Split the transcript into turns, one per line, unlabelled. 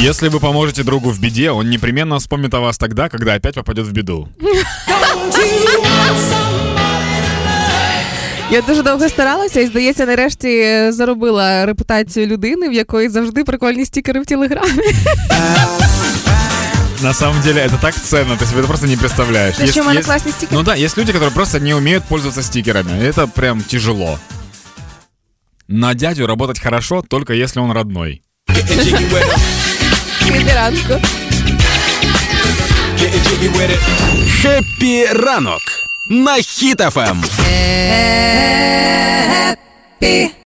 Если вы поможете другу в беде, он непременно вспомнит о вас тогда, когда опять попадет в беду.
Я дуже довго старалася і, здається, нарешті е, заробила репутацію людини, в якої завжди прикольні стікери в телеграмі.
На самом деле это так ценно, ты себе это просто не представляешь.
Причем
Есть-
она
есть-
классный стикер.
Ну да, есть люди, которые просто не умеют пользоваться стикерами. Это прям тяжело. На дядю работать хорошо, только если он родной.
Getting jiggy with it,
Сьогодні ранку.
getting jiggy with it.
Хеппі ранок на Хіт-ФМ.